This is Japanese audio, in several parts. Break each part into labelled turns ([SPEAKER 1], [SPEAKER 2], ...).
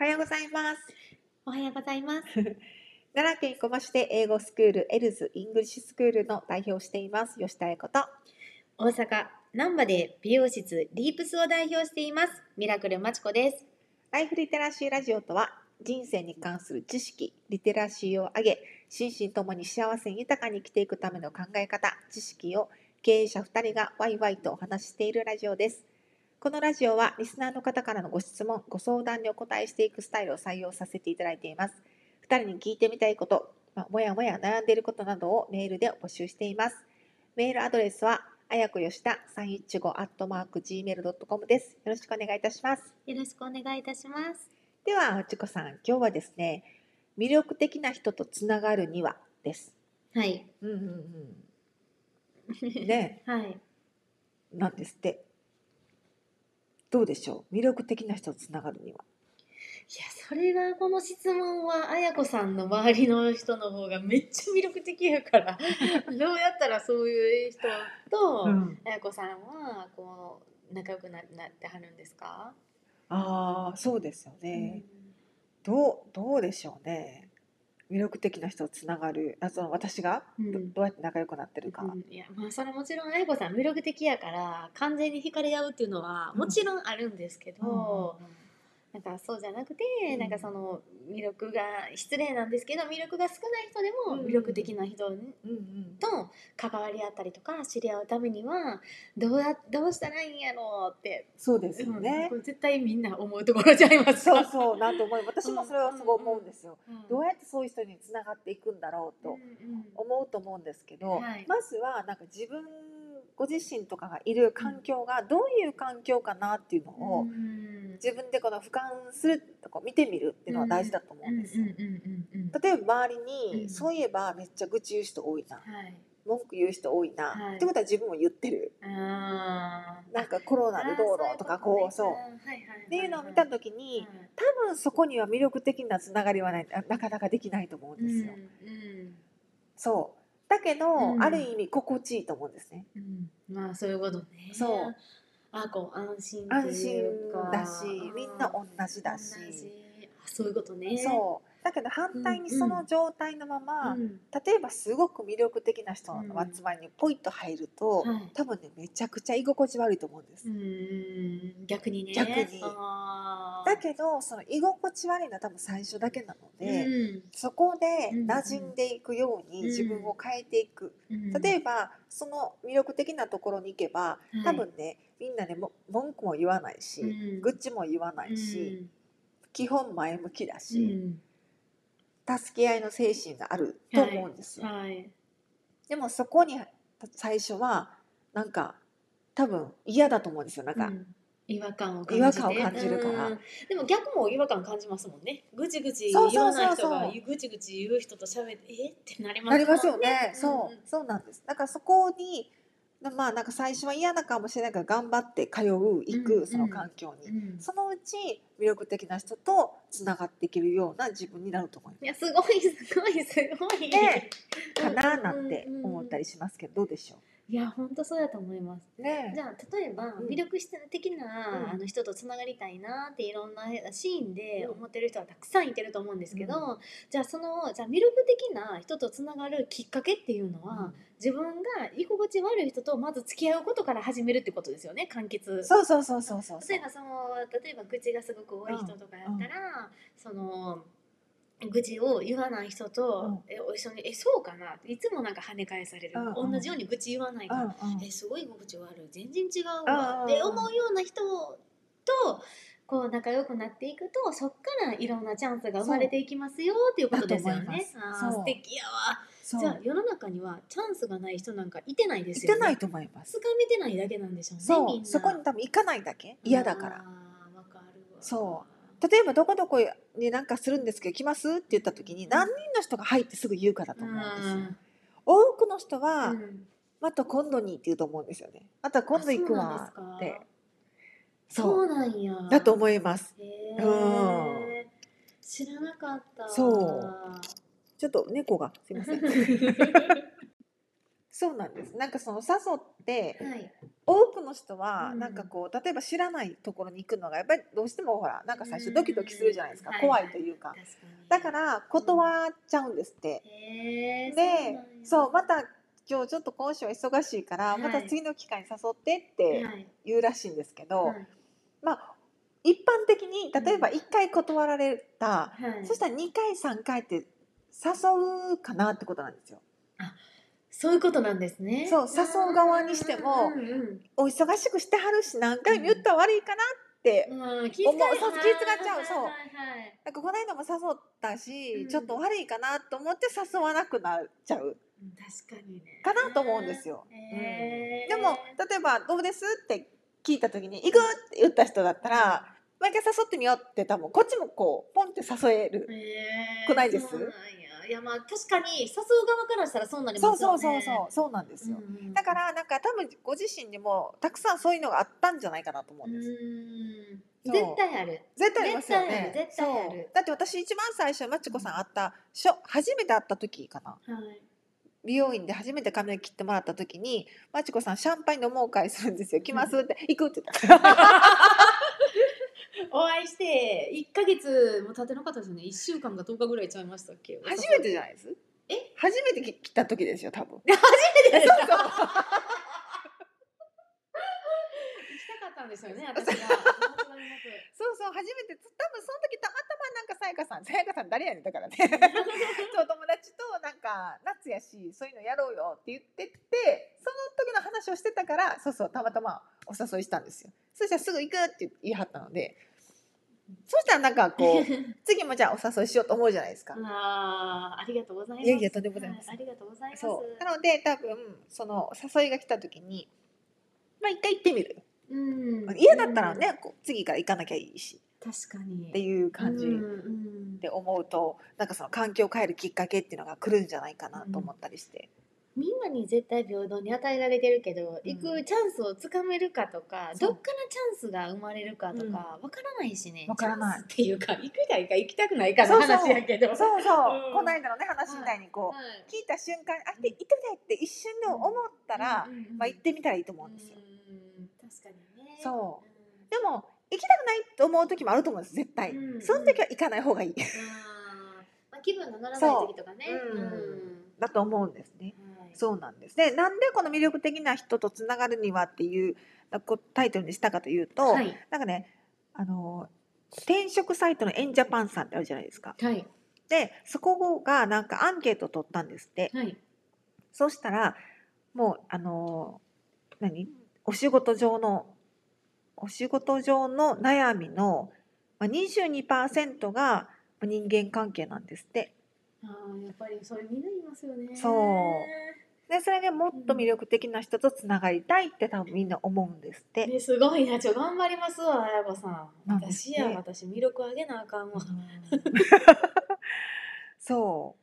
[SPEAKER 1] おはようございます。
[SPEAKER 2] おはようございます。
[SPEAKER 1] 奈良県生駒市で英語スクールエルズイングリッシュスクールの代表をしています吉田恵子と
[SPEAKER 2] 大阪難波で美容室リープスを代表していますミラクルまちこです。
[SPEAKER 1] ライフリテラシーラジオとは人生に関する知識リテラシーを上げ心身ともに幸せに豊かに生きていくための考え方知識を経営者2人がワイワイとお話ししているラジオです。このラジオはリスナーの方からのご質問ご相談にお答えしていくスタイルを採用させていただいています。2人に聞いてみたいこと、まあ、もやもや悩んでいることなどをメールで募集しています。メールアドレスはあやこよした315 gmail.com です。よろしくお願いいたします。
[SPEAKER 2] よろしくお願いいたします。
[SPEAKER 1] では、おちこさん、今日はですね、魅力的な人とつながるにはです。
[SPEAKER 2] はい。
[SPEAKER 1] うんうんうん。ね、
[SPEAKER 2] はい。
[SPEAKER 1] なんですって。どうでしょう。魅力的な人とつながるには。
[SPEAKER 2] いや、それはこの質問は、あやこさんの周りの人の方がめっちゃ魅力的や から、どうやったらそういう人と、
[SPEAKER 1] ん、
[SPEAKER 2] あやこさんは、こう、仲良くななってはるんですか、
[SPEAKER 1] ああ、そうですよね。どう、どうでしょうね。魅力的な人とつながる、あ、その私が。
[SPEAKER 2] うん
[SPEAKER 1] どどうやって仲良くなってるか。
[SPEAKER 2] うんいやまあそれはもちろんあやこさん魅力的やから完全に惹かれ合うっていうのはもちろんあるんですけど、なんかそうじゃなくて、
[SPEAKER 1] うん
[SPEAKER 2] なんかその魅力が失礼なんですけど魅力が少ない人で
[SPEAKER 1] う
[SPEAKER 2] も
[SPEAKER 1] ん
[SPEAKER 2] 魅力的な人
[SPEAKER 1] うんうん。
[SPEAKER 2] と関わり合ったりとか知り合うためにはどうやどうしたらいいんやろうって、
[SPEAKER 1] そうですよ
[SPEAKER 2] うん
[SPEAKER 1] ね
[SPEAKER 2] こ。れ絶対みんな思うところちゃいます
[SPEAKER 1] そうそう、なんと思い、私もそれはすごい思うんですよ。
[SPEAKER 2] うん
[SPEAKER 1] どうやってそういう人につながっていくんだろう
[SPEAKER 2] うん
[SPEAKER 1] と
[SPEAKER 2] うん
[SPEAKER 1] 思うと思うんですけど、
[SPEAKER 2] はい
[SPEAKER 1] まずはなんか自分ご自身とかがいる環境がどういう環境かなっていうのを、
[SPEAKER 2] うん
[SPEAKER 1] 自分でこの俯瞰するとこ見てみるっていうのは大事だと思うんですよ。
[SPEAKER 2] うんうんうんうん
[SPEAKER 1] 例えば周りに、
[SPEAKER 2] うん
[SPEAKER 1] そういえばめっちゃ愚痴言う人多いな
[SPEAKER 2] はい
[SPEAKER 1] 文句言う人多いな、
[SPEAKER 2] はい
[SPEAKER 1] ってことは自分も言ってる
[SPEAKER 2] あー
[SPEAKER 1] なんかコロナでどうのとかこうそう
[SPEAKER 2] あーそういうことね
[SPEAKER 1] っていうのを見た時に多分そこには魅力的なつながりはないあなかなかできないと思うんですよ。そうだけど、
[SPEAKER 2] うん
[SPEAKER 1] ある意味心地いいと思うんですね。
[SPEAKER 2] うんまあそういうことね
[SPEAKER 1] そう
[SPEAKER 2] あこう安心と
[SPEAKER 1] 安
[SPEAKER 2] い
[SPEAKER 1] 心
[SPEAKER 2] うか
[SPEAKER 1] だしみんな同じだし、
[SPEAKER 2] 同じあそういうことね
[SPEAKER 1] そうだけど反対にその状態のまま、
[SPEAKER 2] うん
[SPEAKER 1] 例えばすごく魅力的な人の集まりにポイッと入ると、
[SPEAKER 2] はい
[SPEAKER 1] 多分ねめちゃくちゃ居心地悪いと思うんです。
[SPEAKER 2] うん逆にね
[SPEAKER 1] 逆に
[SPEAKER 2] あー
[SPEAKER 1] だけどその居心地悪いのは多分最初だけなので、
[SPEAKER 2] うん
[SPEAKER 1] そこで
[SPEAKER 2] うん
[SPEAKER 1] 馴染んでいくように
[SPEAKER 2] うん
[SPEAKER 1] 自分を変えていく、
[SPEAKER 2] うん
[SPEAKER 1] 例えばその魅力的なところに行けば
[SPEAKER 2] はい
[SPEAKER 1] 多分ねみんなねも文句も言わないし、
[SPEAKER 2] うん
[SPEAKER 1] 愚痴も言わないし、基本前向きだ
[SPEAKER 2] う
[SPEAKER 1] し、
[SPEAKER 2] ん
[SPEAKER 1] 助け合いの精神があると思うんです
[SPEAKER 2] う
[SPEAKER 1] よ、
[SPEAKER 2] んはい
[SPEAKER 1] でもそこに最初はなんか多分嫌だと思うんですよなんか、
[SPEAKER 2] うん違和感を感じて
[SPEAKER 1] 違和感を感じるから
[SPEAKER 2] うんでも逆も違和感感じますもんねぐちぐち
[SPEAKER 1] そう
[SPEAKER 2] 言
[SPEAKER 1] そう
[SPEAKER 2] わ
[SPEAKER 1] そ
[SPEAKER 2] な
[SPEAKER 1] う
[SPEAKER 2] い
[SPEAKER 1] そう
[SPEAKER 2] 人がぐちぐち言う人と喋ってえってなります
[SPEAKER 1] なります
[SPEAKER 2] も
[SPEAKER 1] よ
[SPEAKER 2] ん
[SPEAKER 1] ね、そう
[SPEAKER 2] うんうん
[SPEAKER 1] そうなんですだからそこにまあなんか最初は嫌なかもしれないから頑張って通う行
[SPEAKER 2] うんう
[SPEAKER 1] く
[SPEAKER 2] ん
[SPEAKER 1] その環境に、
[SPEAKER 2] うん
[SPEAKER 1] そのうち魅力的な人とつながっていけるような自分になると思います
[SPEAKER 2] いやすごいすごいすごい、
[SPEAKER 1] ね
[SPEAKER 2] うん
[SPEAKER 1] かななんて
[SPEAKER 2] うんうん
[SPEAKER 1] 思ったりしますけどどうでしょ
[SPEAKER 2] いや本当そうだと思います
[SPEAKER 1] うね
[SPEAKER 2] じゃあ例えば
[SPEAKER 1] うん
[SPEAKER 2] 魅力的
[SPEAKER 1] う
[SPEAKER 2] な、
[SPEAKER 1] ん
[SPEAKER 2] あの人とつながりたいなっていろんなシーンで
[SPEAKER 1] うん
[SPEAKER 2] 思ってる人はたくさんいてると思うんですけど、
[SPEAKER 1] う
[SPEAKER 2] じゃあそのじゃあ魅力的な人とつながるきっかけっていうのは、自分が居心地悪い人とまず付き合うことから始めるってことですよね簡潔
[SPEAKER 1] そうそうそうそうそうそ
[SPEAKER 2] 例
[SPEAKER 1] う
[SPEAKER 2] えばその例えば愚痴がすごく多い人とかやったら、その愚痴を言わない人と、えお一緒に「えそうかな?」いつもなんか跳ね返される、
[SPEAKER 1] うんうん
[SPEAKER 2] 同じように愚痴言わないから「
[SPEAKER 1] うんうん
[SPEAKER 2] えすごい居心地悪い全然違う
[SPEAKER 1] うん
[SPEAKER 2] わ」って
[SPEAKER 1] うん
[SPEAKER 2] 思うような人とこう仲良くなっていくとそっからいろんなチャンスが生まれていきますよっていうことですよ
[SPEAKER 1] だと思いま
[SPEAKER 2] ね
[SPEAKER 1] す。
[SPEAKER 2] あー
[SPEAKER 1] そう
[SPEAKER 2] 素敵やわ
[SPEAKER 1] そう
[SPEAKER 2] じゃあ世の中にはチャンスがない人なんかいてないで
[SPEAKER 1] 行っ
[SPEAKER 2] す
[SPEAKER 1] て
[SPEAKER 2] よ
[SPEAKER 1] ない
[SPEAKER 2] ね。
[SPEAKER 1] と思います
[SPEAKER 2] つかめてないだけなんでしょうね。み
[SPEAKER 1] そ
[SPEAKER 2] ん
[SPEAKER 1] う
[SPEAKER 2] な
[SPEAKER 1] そこに多分行かないだけ嫌だから
[SPEAKER 2] あーわかるわ
[SPEAKER 1] そ例えばどこどこになんかするんですけど来ますって言った時に何人の人が入ってすぐ言うかだと思うんですよ、多くの人は、
[SPEAKER 2] うん
[SPEAKER 1] また今度にって言うと思うんですよねまた今度行くわ
[SPEAKER 2] あそうなん
[SPEAKER 1] っ
[SPEAKER 2] です
[SPEAKER 1] て
[SPEAKER 2] か
[SPEAKER 1] そう
[SPEAKER 2] そうなんや
[SPEAKER 1] だと思います
[SPEAKER 2] へー
[SPEAKER 1] うん
[SPEAKER 2] 知らな かった
[SPEAKER 1] そうちょっと猫がすいません
[SPEAKER 2] は
[SPEAKER 1] そうなんです。なんかその笹って、
[SPEAKER 2] はい
[SPEAKER 1] 多くの人は
[SPEAKER 2] うん
[SPEAKER 1] なんかこう、例えば知らないところに行くのがやっぱりどうしてもほらなんか最
[SPEAKER 2] う
[SPEAKER 1] 初
[SPEAKER 2] ん
[SPEAKER 1] ドキドキするじゃないですか、
[SPEAKER 2] はい
[SPEAKER 1] 怖いというか、
[SPEAKER 2] 確かに
[SPEAKER 1] だから断っちゃうんですって、
[SPEAKER 2] へえ
[SPEAKER 1] でそうまた今日ちょっと今週は忙しいから、
[SPEAKER 2] はい
[SPEAKER 1] また次の機会に誘ってっ
[SPEAKER 2] はい
[SPEAKER 1] て
[SPEAKER 2] はい
[SPEAKER 1] 言うらしいんですけど、まあ一般的に例えば
[SPEAKER 2] うん
[SPEAKER 1] 1回断られた、
[SPEAKER 2] はい
[SPEAKER 1] そしたら2回3回って誘うかなってことなんですよ。
[SPEAKER 2] そういうことなんですね
[SPEAKER 1] そう誘う側にしても
[SPEAKER 2] うんうん
[SPEAKER 1] お忙しくしてはるし何回も言ったら悪いかなって
[SPEAKER 2] うんうん気遣い
[SPEAKER 1] 思うそう気遣っちゃうそう
[SPEAKER 2] はいはいはい
[SPEAKER 1] なんかこの間も誘ったし、
[SPEAKER 2] うん
[SPEAKER 1] ちょっと悪いかなと思って誘わなくなっちゃう
[SPEAKER 2] うん確かにね
[SPEAKER 1] かなと思うんですよ。
[SPEAKER 2] へー
[SPEAKER 1] でも例えば「どうです?」って聞いた時に「行く!」って言った人だったら毎回誘ってみようって多分こっちもこうポンって誘える。
[SPEAKER 2] へー
[SPEAKER 1] 来ないです
[SPEAKER 2] そうなんやいやまあ確かに誘う側からしたらそうなり
[SPEAKER 1] そ
[SPEAKER 2] ま
[SPEAKER 1] う
[SPEAKER 2] すよ
[SPEAKER 1] そう
[SPEAKER 2] ね
[SPEAKER 1] そうそうそうなんですよ。
[SPEAKER 2] んん
[SPEAKER 1] だからなんか多分ご自身にもたくさんそういうのがあったんじゃないかなと思う
[SPEAKER 2] うん
[SPEAKER 1] です。
[SPEAKER 2] ん
[SPEAKER 1] そう
[SPEAKER 2] 絶対ある
[SPEAKER 1] 絶対ありますよね。
[SPEAKER 2] 絶対ある絶対ある
[SPEAKER 1] そうだって私一番最初マチコさん会ったしょ初めて会った時かな。
[SPEAKER 2] はい
[SPEAKER 1] 美容院で初めて髪の毛切ってもらった時に「まちこさんシャンパン飲もう会するんですよ来ます」って「行く」って言ったから
[SPEAKER 2] お会いして1か月も経ってなかったですよね1週間か10日ぐらいちゃいましたっけ
[SPEAKER 1] 初めてじゃないです
[SPEAKER 2] え
[SPEAKER 1] 初めてき来た時ですよ多 分
[SPEAKER 2] 初めてでした行きたかったんですよね私が
[SPEAKER 1] そうそう初めてつ多分その時たまたまなんかさやかさんさやかさん誰やねんだ からねそう友達となんか夏やしそういうのやろうよって言っててその時の話をしてたからそうそうたまたまお誘いしたんですよそしたらすぐ行くって言い張ったのでそしたらなんか こう次もじゃあお誘いしようと思うじゃないですか
[SPEAKER 2] ああありがとうございます
[SPEAKER 1] いやいやとんでもございません
[SPEAKER 2] はありがとうございます
[SPEAKER 1] そうなので多分その誘いが来た時にまあ一回行ってみる、
[SPEAKER 2] うん
[SPEAKER 1] 嫌だったらね、こう次から行かなきゃいいし
[SPEAKER 2] 確かに
[SPEAKER 1] っていう感じ
[SPEAKER 2] うんうん
[SPEAKER 1] で思うと、なんかその環境を変えるきっかけっていうのが来るんじゃないかなと思ったりして、
[SPEAKER 2] みんなに絶対平等に与えられてるけど、
[SPEAKER 1] うん
[SPEAKER 2] 行くチャンスをつかめるかとか
[SPEAKER 1] そう
[SPEAKER 2] どっからチャンスが生まれるかとか、わからないしね
[SPEAKER 1] わからない
[SPEAKER 2] チャンスっていうか行くか行か行きたくないかの話やけど
[SPEAKER 1] そうそう、
[SPEAKER 2] うん
[SPEAKER 1] この間のね話みたいにこう、
[SPEAKER 2] はい
[SPEAKER 1] 聞いた瞬間あ行って行ってみたいって一瞬でも思ったら、
[SPEAKER 2] うんうんうん
[SPEAKER 1] まあ行ってみたらいいと思うんですよ、
[SPEAKER 2] うん確かにね
[SPEAKER 1] そうでも行きたくないと思う時もあると思うんです絶対、
[SPEAKER 2] うんうん
[SPEAKER 1] その時は行かない方がいい
[SPEAKER 2] んあーまあ、気分が乗らない時とかね
[SPEAKER 1] そううん
[SPEAKER 2] ん
[SPEAKER 1] だと思うんですね
[SPEAKER 2] はい
[SPEAKER 1] そうなんです。で、なんでこの魅力的な人とつながるにはっていうこうタイトルにしたかというと、
[SPEAKER 2] はい
[SPEAKER 1] なんかね、あの転職サイトのエンジャパンさんってあるじゃないですか。
[SPEAKER 2] はい
[SPEAKER 1] で、そこがなんかアンケートを取ったんですって。
[SPEAKER 2] はい
[SPEAKER 1] そうしたらもうあの何お仕事上のお仕事上の悩みのまあ22%がまあ人間関係なんですって。
[SPEAKER 2] あーやっぱりそれみんないますよね
[SPEAKER 1] そうで、それでもっと魅力的な人とつながりたいって多分みんな思うんですって。
[SPEAKER 2] ね、すごいな、ちょ、頑張りますわ、やこさん。
[SPEAKER 1] なんです
[SPEAKER 2] 私
[SPEAKER 1] ね
[SPEAKER 2] や、私、魅力あげなあかんわ。
[SPEAKER 1] そ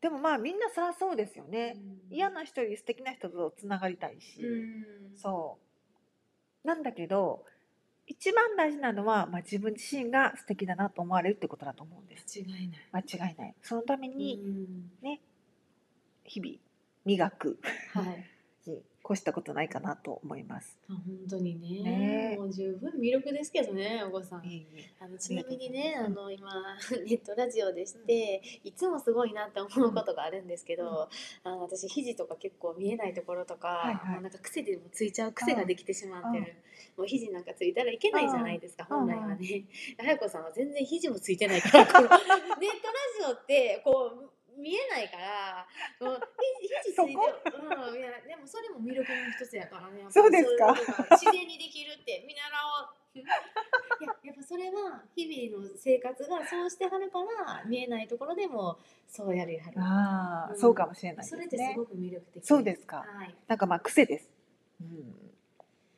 [SPEAKER 1] う。でもまあみんなそらそうですよね。嫌
[SPEAKER 2] な。
[SPEAKER 1] な人より素敵な人とつながりたいし、
[SPEAKER 2] うん。
[SPEAKER 1] そう。なんだけど一番大事なのは、まあ、自分自身が素敵だなと思われるってことだと思うんです。
[SPEAKER 2] 間違いない。
[SPEAKER 1] 間違いない。そのために
[SPEAKER 2] うん
[SPEAKER 1] 日々磨く
[SPEAKER 2] はい。
[SPEAKER 1] に越したことないかなと思います。
[SPEAKER 2] あ本当にね
[SPEAKER 1] ねえ
[SPEAKER 2] もう十分魅力ですけどね、お子さん。
[SPEAKER 1] いえいえ
[SPEAKER 2] あのちなみにね、
[SPEAKER 1] あ
[SPEAKER 2] あ
[SPEAKER 1] りが
[SPEAKER 2] の今 ネットラジオでして、いつもすごいなって思うことがあるんですけど、あの私肘とか結構見えないところとか、
[SPEAKER 1] いはい
[SPEAKER 2] もうなんか癖でもついちゃう癖ができてしまってる。もう肘なんかついたらいけないじゃないですか、
[SPEAKER 1] うん
[SPEAKER 2] 本来はね。あやこさんは全然肘もついてないか ら、こうネットラジオってこう見えないから、もうひ肘ついてる
[SPEAKER 1] そこ
[SPEAKER 2] うんいやでもそれも魅力の一つやからね。やっぱり
[SPEAKER 1] そうですか
[SPEAKER 2] そういうことが自然にできるって見習おう。いややっぱそれは日々の生活がそうしてはるから見えないところでもそうやるやはる、
[SPEAKER 1] ああ、
[SPEAKER 2] うん
[SPEAKER 1] そうかもしれないです
[SPEAKER 2] そ
[SPEAKER 1] ね。
[SPEAKER 2] れってすごく魅力的
[SPEAKER 1] そうですか。
[SPEAKER 2] はい、
[SPEAKER 1] なんかまあ癖です。うん、
[SPEAKER 2] い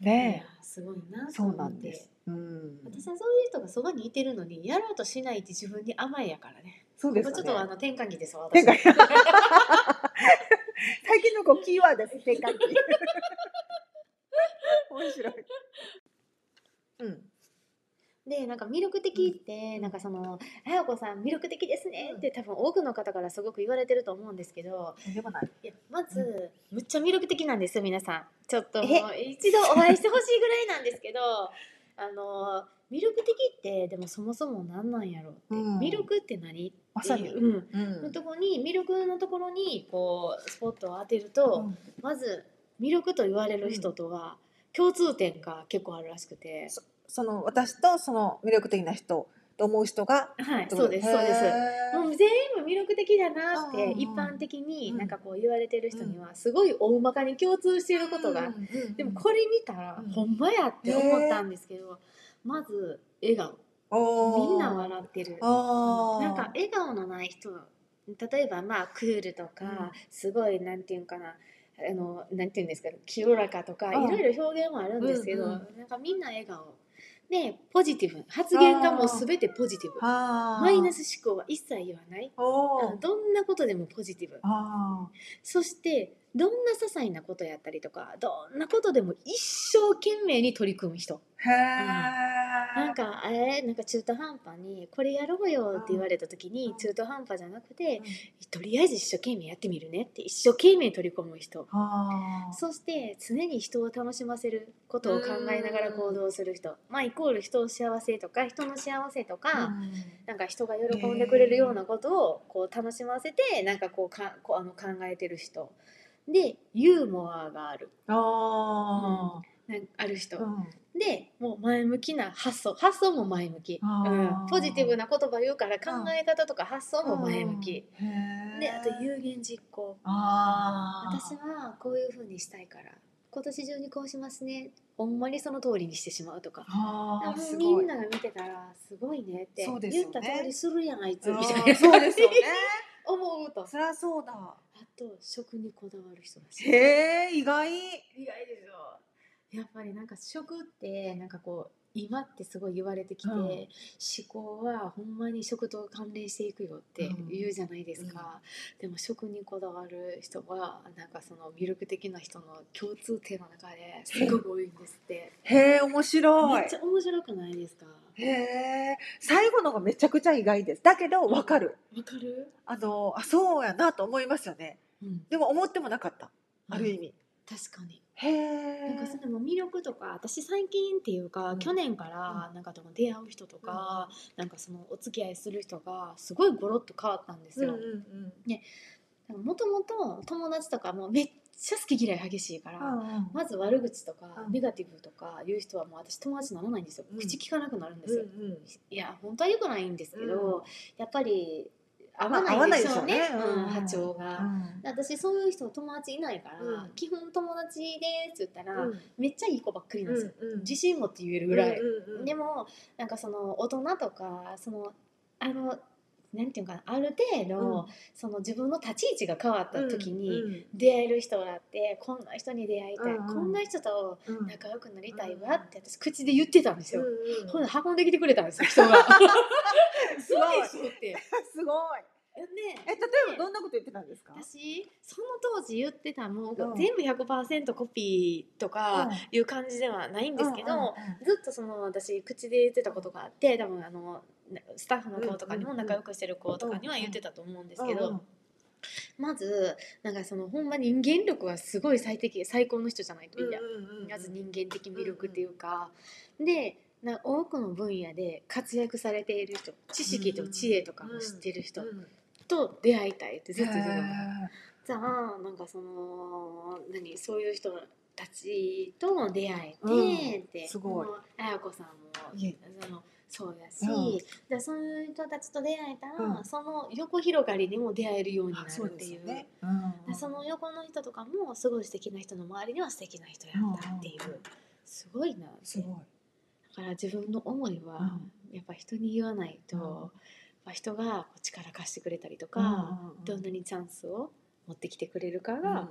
[SPEAKER 2] や
[SPEAKER 1] ね
[SPEAKER 2] すごい
[SPEAKER 1] え、
[SPEAKER 2] な
[SPEAKER 1] そう
[SPEAKER 2] と
[SPEAKER 1] な
[SPEAKER 2] 思っ
[SPEAKER 1] ん
[SPEAKER 2] て
[SPEAKER 1] です。うん、
[SPEAKER 2] 私はそういう人がそばにいてるのにやろうとしないって自分に甘いやからね
[SPEAKER 1] そうです
[SPEAKER 2] もう
[SPEAKER 1] ね。
[SPEAKER 2] ちょっとあの転換期ですわ
[SPEAKER 1] 転換
[SPEAKER 2] 私
[SPEAKER 1] 最近のこうキーワードです。転換期。 面白い。うん、
[SPEAKER 2] でなんか魅力的って、なんかその「あやこさん魅力的ですね」って多分多くの方からすごく言われてると思うんですけど
[SPEAKER 1] でもない
[SPEAKER 2] いやまず、むっちゃ魅力的なんですよ皆さんちょっともう一度お会いしてほしいぐらいなんですけど あの魅力的ってでもそもそも何なんやろうって、
[SPEAKER 1] うん
[SPEAKER 2] 魅力って何っていう、
[SPEAKER 1] まさに
[SPEAKER 2] うん、
[SPEAKER 1] うん
[SPEAKER 2] のとこに魅力のところにこうスポットを当てると、まず魅力と言われる人とは共通点が結構あるらしくて、
[SPEAKER 1] その私とその魅力的な人と思う人が
[SPEAKER 2] はいそうですそうです。もう全部魅力的だな
[SPEAKER 1] う
[SPEAKER 2] っ
[SPEAKER 1] んうん
[SPEAKER 2] て
[SPEAKER 1] うん
[SPEAKER 2] 一般的に
[SPEAKER 1] うん
[SPEAKER 2] なんかこう言われてる人にはすごい大まかに共通していることが、でもこれ見たら
[SPEAKER 1] うん
[SPEAKER 2] ほんまやって思ったんですけど、まず笑顔みんな
[SPEAKER 1] は
[SPEAKER 2] 笑ってる
[SPEAKER 1] あー
[SPEAKER 2] なんか笑顔のない人例えばまあクールとか、
[SPEAKER 1] うん
[SPEAKER 2] すごいなんていうんかなあのなんていうんですか清らかとかい
[SPEAKER 1] うん
[SPEAKER 2] ろいろ表現はあるんですけど、
[SPEAKER 1] うん
[SPEAKER 2] なんかみんな笑顔でポジティブ発言がもう全てポジティブマ
[SPEAKER 1] マ
[SPEAKER 2] イナス思考は一切言わないあのどんなことでもポジティブ
[SPEAKER 1] あ
[SPEAKER 2] そしてどんな些細なことやったりとかどんなことでも一生懸命に取り組む人
[SPEAKER 1] ーへえ
[SPEAKER 2] なんかあれなんか中途半端にこれやろうよって言われた時
[SPEAKER 1] う
[SPEAKER 2] に
[SPEAKER 1] ん
[SPEAKER 2] 中途半端じゃなくて
[SPEAKER 1] うん
[SPEAKER 2] とりあえず一生懸命やってみるねって一生懸命取り込む人
[SPEAKER 1] あー
[SPEAKER 2] そして常に人を楽しませることを考えながら行動する人まあイコール人を幸せとか人の幸せとか、
[SPEAKER 1] うん
[SPEAKER 2] なんか人が喜んでくれるようなことをこう楽しませてなんかこうかこうあの考えてる人でユーモアがある
[SPEAKER 1] あ
[SPEAKER 2] なんある人、
[SPEAKER 1] ーうん
[SPEAKER 2] でもう前向きな発想発想も前向き、
[SPEAKER 1] あ
[SPEAKER 2] う
[SPEAKER 1] ー
[SPEAKER 2] ん、ポジティブな言葉言うから考え方とか発想も前向き、
[SPEAKER 1] へー
[SPEAKER 2] であと有言実行
[SPEAKER 1] あー
[SPEAKER 2] 私はこういうふうにしたいから今年中にこうしますねほんまにその通りにしてしまうとか
[SPEAKER 1] あ
[SPEAKER 2] あ
[SPEAKER 1] ー
[SPEAKER 2] もう
[SPEAKER 1] す
[SPEAKER 2] み
[SPEAKER 1] ごい
[SPEAKER 2] んなが見てたらすごいねって
[SPEAKER 1] そうですよ
[SPEAKER 2] 言っ
[SPEAKER 1] ね
[SPEAKER 2] た通りするやんあいつみた
[SPEAKER 1] あ
[SPEAKER 2] い
[SPEAKER 1] ー
[SPEAKER 2] な
[SPEAKER 1] そうですよね
[SPEAKER 2] 思うとあ
[SPEAKER 1] そりゃそうだ
[SPEAKER 2] と食にこだわる人らしい
[SPEAKER 1] へえ意外
[SPEAKER 2] 意外でしょやっぱりなんか食ってなんかこう今ってすごい言われてきて、
[SPEAKER 1] うん
[SPEAKER 2] 思考はほんまに食と関連していくよって言うじゃないですか、でも食にこだわる人はなんかその魅力的な人の共通点の中ですごく多いんですって
[SPEAKER 1] へえ面白い
[SPEAKER 2] めっちゃ面白くないですか
[SPEAKER 1] へえ最後のがめちゃくちゃ意外ですだけどわかる
[SPEAKER 2] わかる、
[SPEAKER 1] あのあそうやなと思いますよね
[SPEAKER 2] うん、
[SPEAKER 1] でも思ってもなかったある意味
[SPEAKER 2] 確かに
[SPEAKER 1] へえ
[SPEAKER 2] なんかそれも魅力とか私最近っていうか、
[SPEAKER 1] うん
[SPEAKER 2] 去年からなんかでも出会う人とか、なんかそのお付き合いする人がすごいゴロッと変わったんですよ。もともと友達とかもめっちゃ好き嫌い激しいから、まず悪口とか
[SPEAKER 1] うん
[SPEAKER 2] ネガティブとか言う人はもう私友達にならないんですよ、
[SPEAKER 1] うん
[SPEAKER 2] 口聞かなくなるんですよ。いや本当は良くないんですけど、やっぱり合わ
[SPEAKER 1] まあ合わ
[SPEAKER 2] な
[SPEAKER 1] ないい
[SPEAKER 2] で
[SPEAKER 1] で
[SPEAKER 2] し
[SPEAKER 1] し
[SPEAKER 2] ょ
[SPEAKER 1] ょ
[SPEAKER 2] う
[SPEAKER 1] う
[SPEAKER 2] ね
[SPEAKER 1] ね、
[SPEAKER 2] うん
[SPEAKER 1] うん
[SPEAKER 2] 波長が。で私そういう人友達いないから、
[SPEAKER 1] うん
[SPEAKER 2] 基本友達ですって言ったら、めっちゃいい子ばっかりなんですよ、自信持って言える
[SPEAKER 1] ぐ
[SPEAKER 2] ぐらい、でもなんかその大人とかそのあのなんていうのかなある程度、その自分の立ち位置が変わった時に出会える人があってこんな人に出会いたい、
[SPEAKER 1] うんうん
[SPEAKER 2] こんな人と
[SPEAKER 1] うん
[SPEAKER 2] 仲良くなりたいわって私口で言ってたんですよ、ほん
[SPEAKER 1] うん
[SPEAKER 2] で運んできてくれた んですよ人が
[SPEAKER 1] すごい
[SPEAKER 2] すごいでしょって
[SPEAKER 1] すごい
[SPEAKER 2] ね
[SPEAKER 1] え例えばどんなこと言ってたんですか
[SPEAKER 2] 私その当時言ってたもう
[SPEAKER 1] うん
[SPEAKER 2] 全部100%コピーとかいう感じではないんですけど、ずっとその私口で言ってたことがあって多分あのなスタッフの子とかにも
[SPEAKER 1] うんうんうん
[SPEAKER 2] 仲良くしてる子とかには言ってたと思うんですけど、
[SPEAKER 1] うんうん
[SPEAKER 2] まずなんかそのほんま人間力はすごい最適最高の人じゃないといや、まず人間的魅力っていうか、でな多くの分野で活躍されている人知識と知恵とかも知ってる人と出会いたいってずっと言ってたのじゃあなんかその何そういう人たちと出会え
[SPEAKER 1] う
[SPEAKER 2] て、
[SPEAKER 1] ん
[SPEAKER 2] って
[SPEAKER 1] すごい
[SPEAKER 2] その綾子さんも
[SPEAKER 1] いえ
[SPEAKER 2] あのそうやし、
[SPEAKER 1] うん
[SPEAKER 2] じゃあそういう人たちと出会えたら、
[SPEAKER 1] うん
[SPEAKER 2] その横広がりにも出会えるようになる
[SPEAKER 1] そう
[SPEAKER 2] っ
[SPEAKER 1] で
[SPEAKER 2] て
[SPEAKER 1] す
[SPEAKER 2] い
[SPEAKER 1] よ
[SPEAKER 2] う。
[SPEAKER 1] ね
[SPEAKER 2] でその横の人とかもすごい素敵な人の周りには素敵な人やったっていう、
[SPEAKER 1] うんうん
[SPEAKER 2] すごいなって
[SPEAKER 1] すごい
[SPEAKER 2] だから自分の思いはやっぱ人に言わないと、
[SPEAKER 1] うん
[SPEAKER 2] まあ、人がこう力貸してくれたりとか、どんな
[SPEAKER 1] に
[SPEAKER 2] にチャンスを持ってきてくれるかが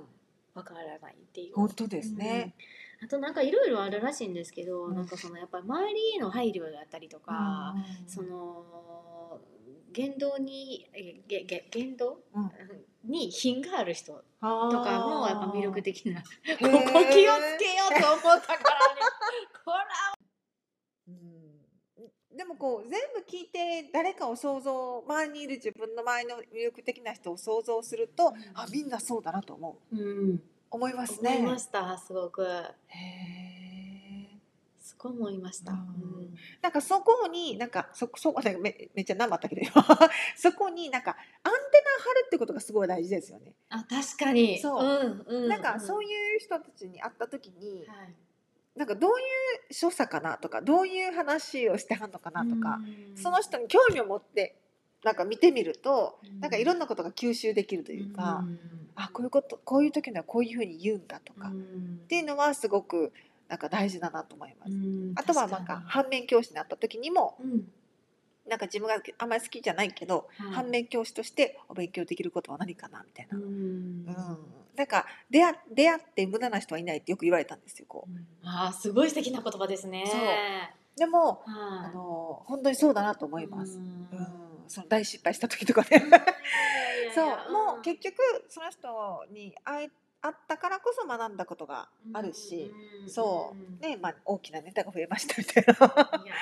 [SPEAKER 2] わからないっていう、
[SPEAKER 1] 本当ですね
[SPEAKER 2] あとなんかいろいろあるらしいんですけど、
[SPEAKER 1] うん
[SPEAKER 2] なんかそのやっぱり周りへの配慮だったりとか、
[SPEAKER 1] うん
[SPEAKER 2] その言動にえげげ言動
[SPEAKER 1] うん
[SPEAKER 2] に品がある人
[SPEAKER 1] あー
[SPEAKER 2] とかもやっぱ魅力的なこ
[SPEAKER 1] へー
[SPEAKER 2] こ気をつけようと思ったからねこら
[SPEAKER 1] うんででもこう全部聞いて誰かを想像周りにいる自分の周りの魅力的な人を想像すると、
[SPEAKER 2] うん
[SPEAKER 1] あみんなそうだなと思う
[SPEAKER 2] うん、
[SPEAKER 1] 思います
[SPEAKER 2] 思い
[SPEAKER 1] ね。
[SPEAKER 2] ましたすごく
[SPEAKER 1] へー
[SPEAKER 2] すごい思いました、
[SPEAKER 1] う
[SPEAKER 2] うんん
[SPEAKER 1] なんかそこになんかそそこなんかめめっちゃ生あったけど そこになんかアンテナ張るってことがすごい大事ですよね。
[SPEAKER 2] あ確かに、
[SPEAKER 1] そう
[SPEAKER 2] うんうん、
[SPEAKER 1] なんかそう
[SPEAKER 2] い
[SPEAKER 1] いう人たちに会った時に、
[SPEAKER 2] はい、
[SPEAKER 1] なんかどういう所作かなとかどういう話をしてはんのかなとか、
[SPEAKER 2] うん
[SPEAKER 1] その人に興味を持ってなんか見てみると、
[SPEAKER 2] うん
[SPEAKER 1] なんかいろんなことが吸収できるというか、
[SPEAKER 2] うん
[SPEAKER 1] あこういうことこういう時にはこういうふうに言うんだとか、
[SPEAKER 2] う
[SPEAKER 1] っ
[SPEAKER 2] ん
[SPEAKER 1] ていうのはすごくなんか大事だなと思います。
[SPEAKER 2] うん
[SPEAKER 1] あとはなんか
[SPEAKER 2] 確
[SPEAKER 1] 反面教師になった時にも
[SPEAKER 2] にうん
[SPEAKER 1] なんか自分があんまり好きじゃないけど、
[SPEAKER 2] はい
[SPEAKER 1] 反面教師としてお勉強できることは何かなみたいな。
[SPEAKER 2] う
[SPEAKER 1] うん
[SPEAKER 2] ん
[SPEAKER 1] なんか出会出会って無駄な人はいないってよく言われたんですよこ
[SPEAKER 2] あーすごい素敵な言葉ですね
[SPEAKER 1] そううでも、
[SPEAKER 2] はい
[SPEAKER 1] あの本当にそうだなと思います、
[SPEAKER 2] う
[SPEAKER 1] うん
[SPEAKER 2] ん
[SPEAKER 1] その大失敗した時とかね
[SPEAKER 2] いやいやい
[SPEAKER 1] そう
[SPEAKER 2] や
[SPEAKER 1] も
[SPEAKER 2] ん
[SPEAKER 1] う結局その人に会え会ったからこそ学んだことがあるし、
[SPEAKER 2] うん
[SPEAKER 1] そううんねまあ大きなネタが増えましたみたいな
[SPEAKER 2] いや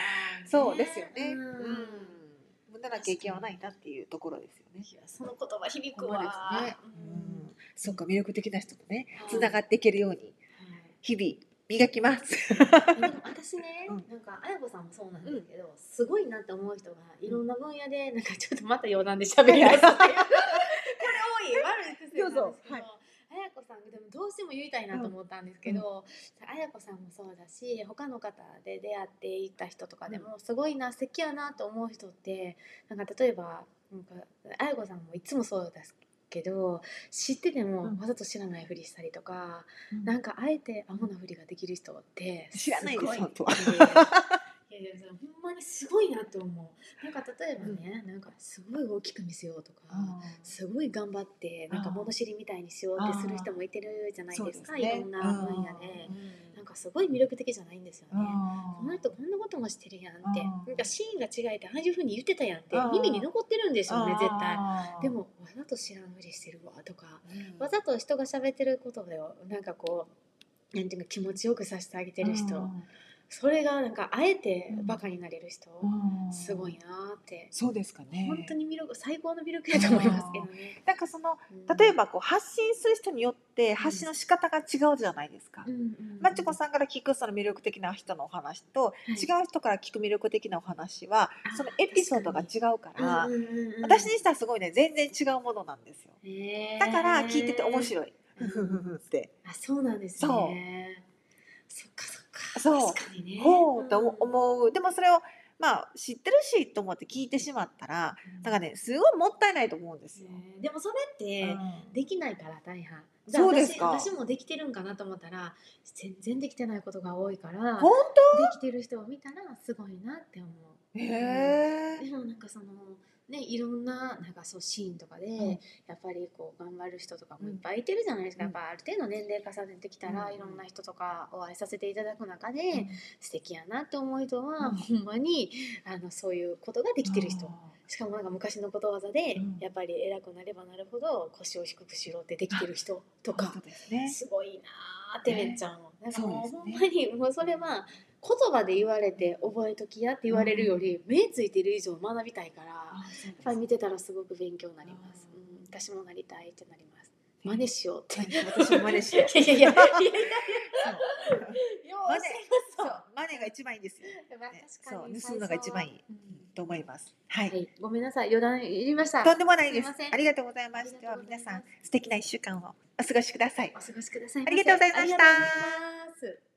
[SPEAKER 2] ー
[SPEAKER 1] そうですよね、
[SPEAKER 2] うん
[SPEAKER 1] うん、無駄な経験はないなっていうところですよね
[SPEAKER 2] いやその言葉響く
[SPEAKER 1] ほんま
[SPEAKER 2] わ
[SPEAKER 1] ですね。
[SPEAKER 2] う
[SPEAKER 1] うん
[SPEAKER 2] ん
[SPEAKER 1] そうか魅力的な人とね
[SPEAKER 2] はい
[SPEAKER 1] つながっていけるように
[SPEAKER 2] はい
[SPEAKER 1] 日々磨きます。
[SPEAKER 2] でも私ね、
[SPEAKER 1] うん
[SPEAKER 2] なんか綾子さんもそうなんですけど、すごいなって思う人がいろんな分野でなんかちょっとまた余談で喋り出すっていう これ多い悪い癖なんですけど
[SPEAKER 1] どうぞはい
[SPEAKER 2] 綾子さんでもどうしても言いたいなと思ったんですけど、綾子さんもそうだし他の方で出会っていった人とかでも、すごいな素敵やなと思う人ってなんか例えばなんか綾子さんもいつもそうですけど知ってても
[SPEAKER 1] うん
[SPEAKER 2] わざと知らないふりしたりとか、なんかあえてアホなふりができる人って
[SPEAKER 1] 知らないです
[SPEAKER 2] ご
[SPEAKER 1] 本当はい
[SPEAKER 2] やいやそれほんまにすごいなと思うなんか例えばね、なんかすごい大きく見せようとか、すごい頑張ってなんか
[SPEAKER 1] あー
[SPEAKER 2] 物知りみたいにしようってする人もいてるじゃないですかいろんな分野で、なんかすごい魅力的じゃないんですよね、この人こんなこともしてるやんって、
[SPEAKER 1] うん
[SPEAKER 2] なんかシーンが違えてああいうふうに言ってたやんって
[SPEAKER 1] うん
[SPEAKER 2] 耳に残ってるんでしょうね絶対
[SPEAKER 1] で
[SPEAKER 2] で
[SPEAKER 1] も
[SPEAKER 2] もわざと知らんふりしてるわとかわざと人が喋ってることでなんかこうなんていうか気持ちよくさせてあげてる人それがなんかあえてバカになれる人すごいなーって
[SPEAKER 1] そうですかね。
[SPEAKER 2] 本当に魅力最高の魅力やと思いますけどね。
[SPEAKER 1] なんかその
[SPEAKER 2] うん
[SPEAKER 1] 例え、ばこう発信する人によって発信の仕方が違うじゃないですか
[SPEAKER 2] うん。うん、
[SPEAKER 1] マチコさんから聞くその魅力的な人のお話と
[SPEAKER 2] ん、
[SPEAKER 1] 違う人から聞く魅力的なお話は
[SPEAKER 2] あー
[SPEAKER 1] そのエピソードが違うから
[SPEAKER 2] うんうんうん
[SPEAKER 1] 私にしたらすごいね全然違うものなんですよ
[SPEAKER 2] へー
[SPEAKER 1] だから聞いてて面白いふふ ふふって
[SPEAKER 2] あそうなんですね。そっかそっか。
[SPEAKER 1] そう
[SPEAKER 2] 確かにね。
[SPEAKER 1] ほうと思
[SPEAKER 2] う
[SPEAKER 1] 思うでもそれをまあ知ってるしと思って聞いてしまったら
[SPEAKER 2] ん。
[SPEAKER 1] なんかねすごいもったいないと思うんですよ、
[SPEAKER 2] ねでもそれって、
[SPEAKER 1] うん
[SPEAKER 2] できないから大半じゃあ
[SPEAKER 1] そうですか
[SPEAKER 2] 私私もできてるんかなと思ったら全然できてないことが多いから
[SPEAKER 1] 本
[SPEAKER 2] できてる人を見たらすごいなって思う
[SPEAKER 1] 当へえ
[SPEAKER 2] でもなんかそのねいろんななんかそうシーンとかで、
[SPEAKER 1] ん
[SPEAKER 2] やっぱりこう頑張る人とかもいっぱいいてるじゃないですか、
[SPEAKER 1] うん
[SPEAKER 2] やっぱある程度年齢重ねてきたら、
[SPEAKER 1] うん
[SPEAKER 2] いろんな人とかお会いさせていただく中で、
[SPEAKER 1] うん
[SPEAKER 2] 素敵やなって思う人は、
[SPEAKER 1] うん
[SPEAKER 2] ほんまにあのそういうことができてる人しかもなんか昔のことわざで、
[SPEAKER 1] うん
[SPEAKER 2] やっぱり偉くなればなるほど腰を低くしろってできてる人と
[SPEAKER 1] 本
[SPEAKER 2] か
[SPEAKER 1] 当ですね
[SPEAKER 2] すごいなーってめっちゃ思う、なんかもう
[SPEAKER 1] そう
[SPEAKER 2] ほ
[SPEAKER 1] で
[SPEAKER 2] ん
[SPEAKER 1] すね
[SPEAKER 2] まにもうそれは言葉で言われて覚えときやって言われるより、目ついてる以上学びたいからやっぱり見てたらすごく勉強になります、うん、私もなりたいってなります真似しようって
[SPEAKER 1] 私も真似し よ
[SPEAKER 2] いや いやいやいやいや
[SPEAKER 1] そう
[SPEAKER 2] よ
[SPEAKER 1] 真似そ
[SPEAKER 2] う教え
[SPEAKER 1] うマネが一番いいですよ
[SPEAKER 2] ま
[SPEAKER 1] ね
[SPEAKER 2] すそうまあ確かに
[SPEAKER 1] そう盗むのが一番いい
[SPEAKER 2] 最初はうん
[SPEAKER 1] と思いますはい、
[SPEAKER 2] はい、ごめんなさい、余談言いました。
[SPEAKER 1] とんでもないです
[SPEAKER 2] すいません
[SPEAKER 1] ありがとうございます
[SPEAKER 2] あり
[SPEAKER 1] では
[SPEAKER 2] がとうござ
[SPEAKER 1] 皆
[SPEAKER 2] います
[SPEAKER 1] さん素敵な一週間をお過ごしください
[SPEAKER 2] お過ごしください
[SPEAKER 1] ありがとうございました
[SPEAKER 2] ありがとうございます